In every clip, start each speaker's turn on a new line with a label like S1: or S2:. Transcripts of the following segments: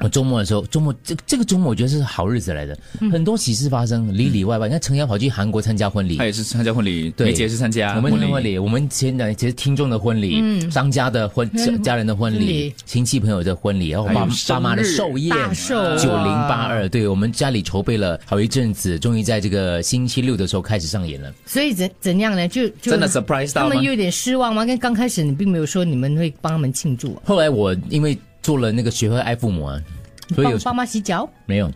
S1: 我周末的时候，周末这这个周末我觉得是好日子来的，
S2: 嗯
S1: 很多喜事发生，里里外外。你看程瑶跑去韩国参加婚礼
S2: 他，也是参加婚礼，
S1: 对
S2: 梅姐也是参加
S1: 我们
S2: 哎婚礼，嗯
S1: 婚礼，我们前两其实听众的婚礼，商家的婚，家家人的婚
S3: 婚
S1: 礼
S3: 礼，
S1: 亲戚朋友的婚礼，然后
S2: 还有
S1: 爸
S2: 生
S1: 爸妈的
S2: 日
S1: 寿宴，
S3: 大寿啊
S1: 九零八二，对我们家里筹备了好一阵子，终于在这个星期六的时候开始上演了。
S3: 所以怎怎样呢？就就
S2: 真的 surprise
S3: 他
S2: 到吗
S3: 们？有点失望吗？跟刚开始你并没有说你们会帮他们庆祝、啊，
S1: 后来我因为做了那个学会爱父母啊，所以有
S3: 帮帮妈洗脚。
S1: 没有，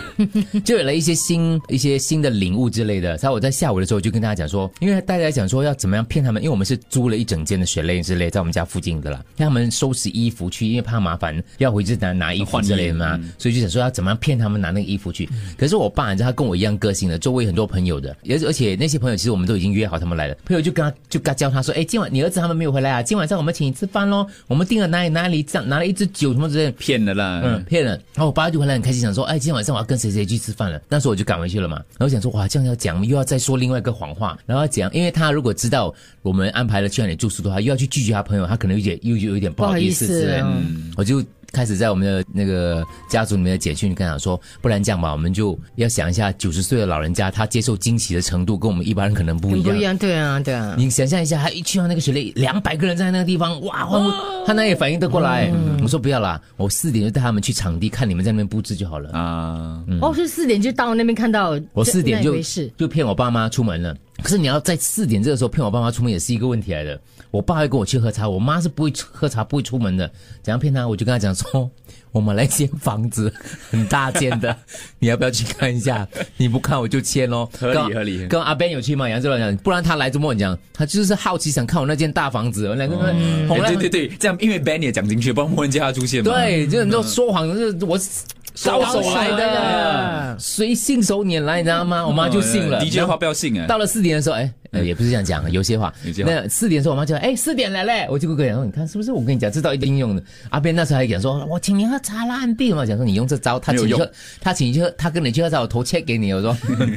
S1: 就有了一些新一些新的领悟之类的。所以我在下午的时候就跟大家讲说，因为大家讲说要怎么样骗他们，因为我们是租了一整间的雪类之类，在我们家附近的啦，让他们收拾衣服去，因为怕麻烦要回去拿拿衣服之类的嘛，所以就想说要怎么样骗他们拿那个衣服去。可是我爸，你知道他跟我一样个性的，周围很多朋友的，而且而且那些朋友其实我们都已经约好他们来了，朋友就跟他就跟他教他说，哎，今晚你儿子他们没有回来啊，今晚上我们请你吃饭喽，我们订了哪里哪里，这样拿了一支酒什么之类的。
S2: 骗的啦，
S1: 嗯，骗人。然后我爸就回来很开心，想说，哎，今天晚上我要跟谁谁去吃饭了。那时候我就赶回去了嘛。然后想说，哇，这样要讲，又要再说另外一个谎话，然后要讲，因为他如果知道我们安排了去哪里住宿的话，又要去拒绝他朋友，他可能有点又又有一点不好意思
S3: 不好意思
S1: 之类的。
S2: 嗯
S1: 我就开始在我们的那个家族里面的简讯跟他讲说，不然这样吧，我们就要想一下九十岁的老人家他接受惊喜的程度跟我们一般人可能不一
S3: 很不
S1: 样
S3: 一。样，对啊，对啊。
S1: 你想象一下，他一去到那个雪里，两百个人在那个地方，哇，欢呼，他那也反应得过来。我说不要啦，我四点就带他们去场地看你们在那边布置就好了。
S2: 啊，
S1: 嗯
S3: 哦，是四点就到那边看到这，
S1: 我四点
S3: 那一
S1: 就
S3: 回事
S1: 就骗我爸妈出门了。可是你要在四点这个时候骗我爸妈出门也是一个问题来的。我爸会跟我去喝茶，我妈是不会喝茶不会出门的。怎样骗他？我就跟他讲说， 我买了一间房子，很大间的， 你要不要去看一下？你不看我就签咯。
S2: 合理
S1: 跟
S2: 合理
S1: 跟阿 Ben 有去吗？杨志龙讲，不然他来周末讲，他就是好奇想看我那间大房子。我们两个人红
S2: 哎
S1: 了
S2: 对对嗯对，这样因为 Ben 也讲进去，不然莫人家他出现嘛，哦
S1: 对，就是你知道说谎，就是我是高手
S3: 高手
S1: 来的
S3: 来的，
S1: 谁信手拈来，你知道吗？我妈就信了。
S2: ，DJ 话不要信啊，嗯
S1: 到了四点的时候，哎、呃也不是这样讲，有些话
S2: 有些。话
S1: 那四点的时候，我妈就哎，四点了嘞，我就跟我讲哦说，你看是不是？我跟你讲，这招一定用
S2: 嗯
S1: 的。阿边那时候还讲说，我请你喝茶啦，安弟嘛，讲说你用这招，他
S2: 没有
S1: 请你
S2: 用
S1: 去，他请你去喝，他跟你去喝茶，我头切给你，我说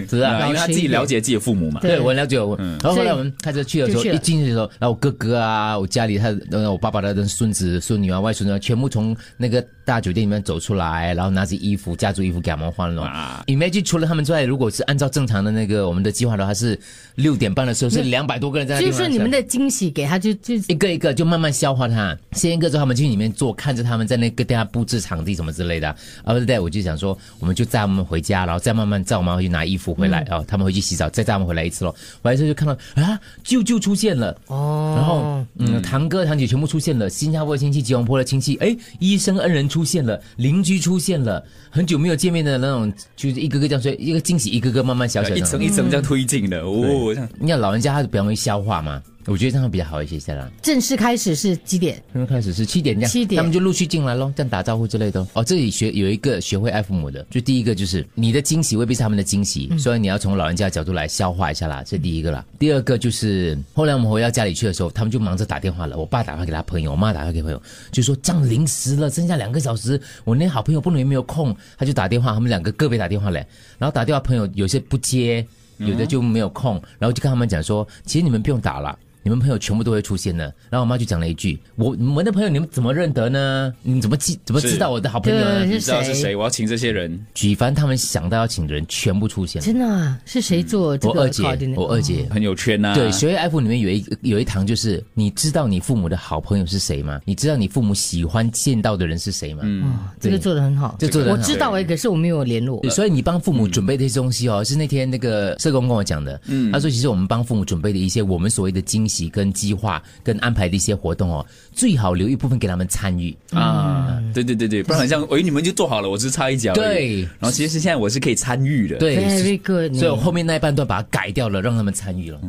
S1: 是
S2: 啊
S1: 啊。
S2: 因为他自己了解自己的父母嘛，
S3: 对嗯
S1: 对，我了解我。然后后来我们开车去的时候，
S3: 就去了
S1: 一进去的时候，然后我哥哥啊，我家里他，呃我爸爸的孙子、孙女啊、外孙女啊，全部从那个大酒店里面走出来，然后拿着衣服、家族衣服给他们换了。
S2: 啊，
S1: Imagine 除了他们之外，如果是按照正常的那个我们的计划的话，是六点半的时候是两百多个人在那
S3: 所
S1: 地
S3: 以
S1: 方。
S3: 说你们的惊喜给他就就
S1: 一个一个就慢慢消化它。先一个之后，他们去里面坐，看着他们在那个大家布置场地什么之类的。啊然后 t 我就想说，我们就载他们回家，然后再慢慢载我妈回去拿衣服回来，然后他们回去洗澡，再载他们回来一次咯。回来之后就看到啊，舅舅出现了。
S3: 哦，
S1: 然后，嗯，堂哥堂姐全部出现了，新加坡的亲戚、吉隆坡的亲戚，哎，医生恩人出现了，邻居出现了，很久没有见面的那种，就是一个个这样，所以一个惊喜一个个慢慢小小
S2: 啊一
S1: 的。
S2: 层一层这样推进
S1: 嗯
S2: 的，哦，这样
S1: 你看老人家他比较容易消化嘛，我觉得这样会比较好一些些啦。
S3: 正式开始是几点？
S1: 他们开始是七点这样，
S3: 7点
S1: 他们就陆续进来咯，这样打招呼之类的哦。哦，这里学有一个学会爱父母的，就第一个就是你的惊喜未必是他们的惊喜，所以你要从老人家的角度来消化一下啦，这第一个啦。第二个就是后来我们回到家里去的时候，他们就忙着打电话了，我爸打电话给他朋友，我妈打电话给朋友，就说这样临时了，剩下两个小时，我那好朋友不能有没有空，他就打电话，他们两个个别打电话嘞，然后打电话朋友有些不接。有的就没有空，然后就跟他们讲说，其实你们不用打了，你们朋友全部都会出现的。然后我妈就讲了一句：“我你们的朋友你们怎么认得呢？你们怎么记怎么
S2: 是
S1: 知道我的好朋友呢
S3: 对
S2: 你知道是谁，我要请这些人，？”
S1: 举凡他们想到要请的人，全部出现了。
S3: 真的啊是谁做这
S1: 我二
S3: 个
S1: 姐
S3: coordinate？，嗯
S1: 我二姐。
S2: 朋友圈啊，
S1: 对，学业爱父里面有一有一堂就是，你知道你父母的好朋友是谁吗？你知道你父母喜欢见到的人是谁吗？嗯，
S3: 哦这个做的很好，
S1: 这做得很
S3: 我
S1: 好
S3: 知道哎，可是我没有联络。
S1: 所以你帮父母准备的一些东西哦，是那天那个社工跟我讲的。嗯，他说其实我们帮父母准备的一些我们所谓的惊喜跟计划跟安排的一些活动哦，最好留一部分给他们参与。
S2: 啊，对对对对，不然好像哎喂你们就做好了，我只是插一脚，
S1: 嗯对，
S2: 然后其实现在我是可以参与的，
S1: 对，
S3: Very good，
S1: 所以我后面那一半段把它改掉了，让他们参与了。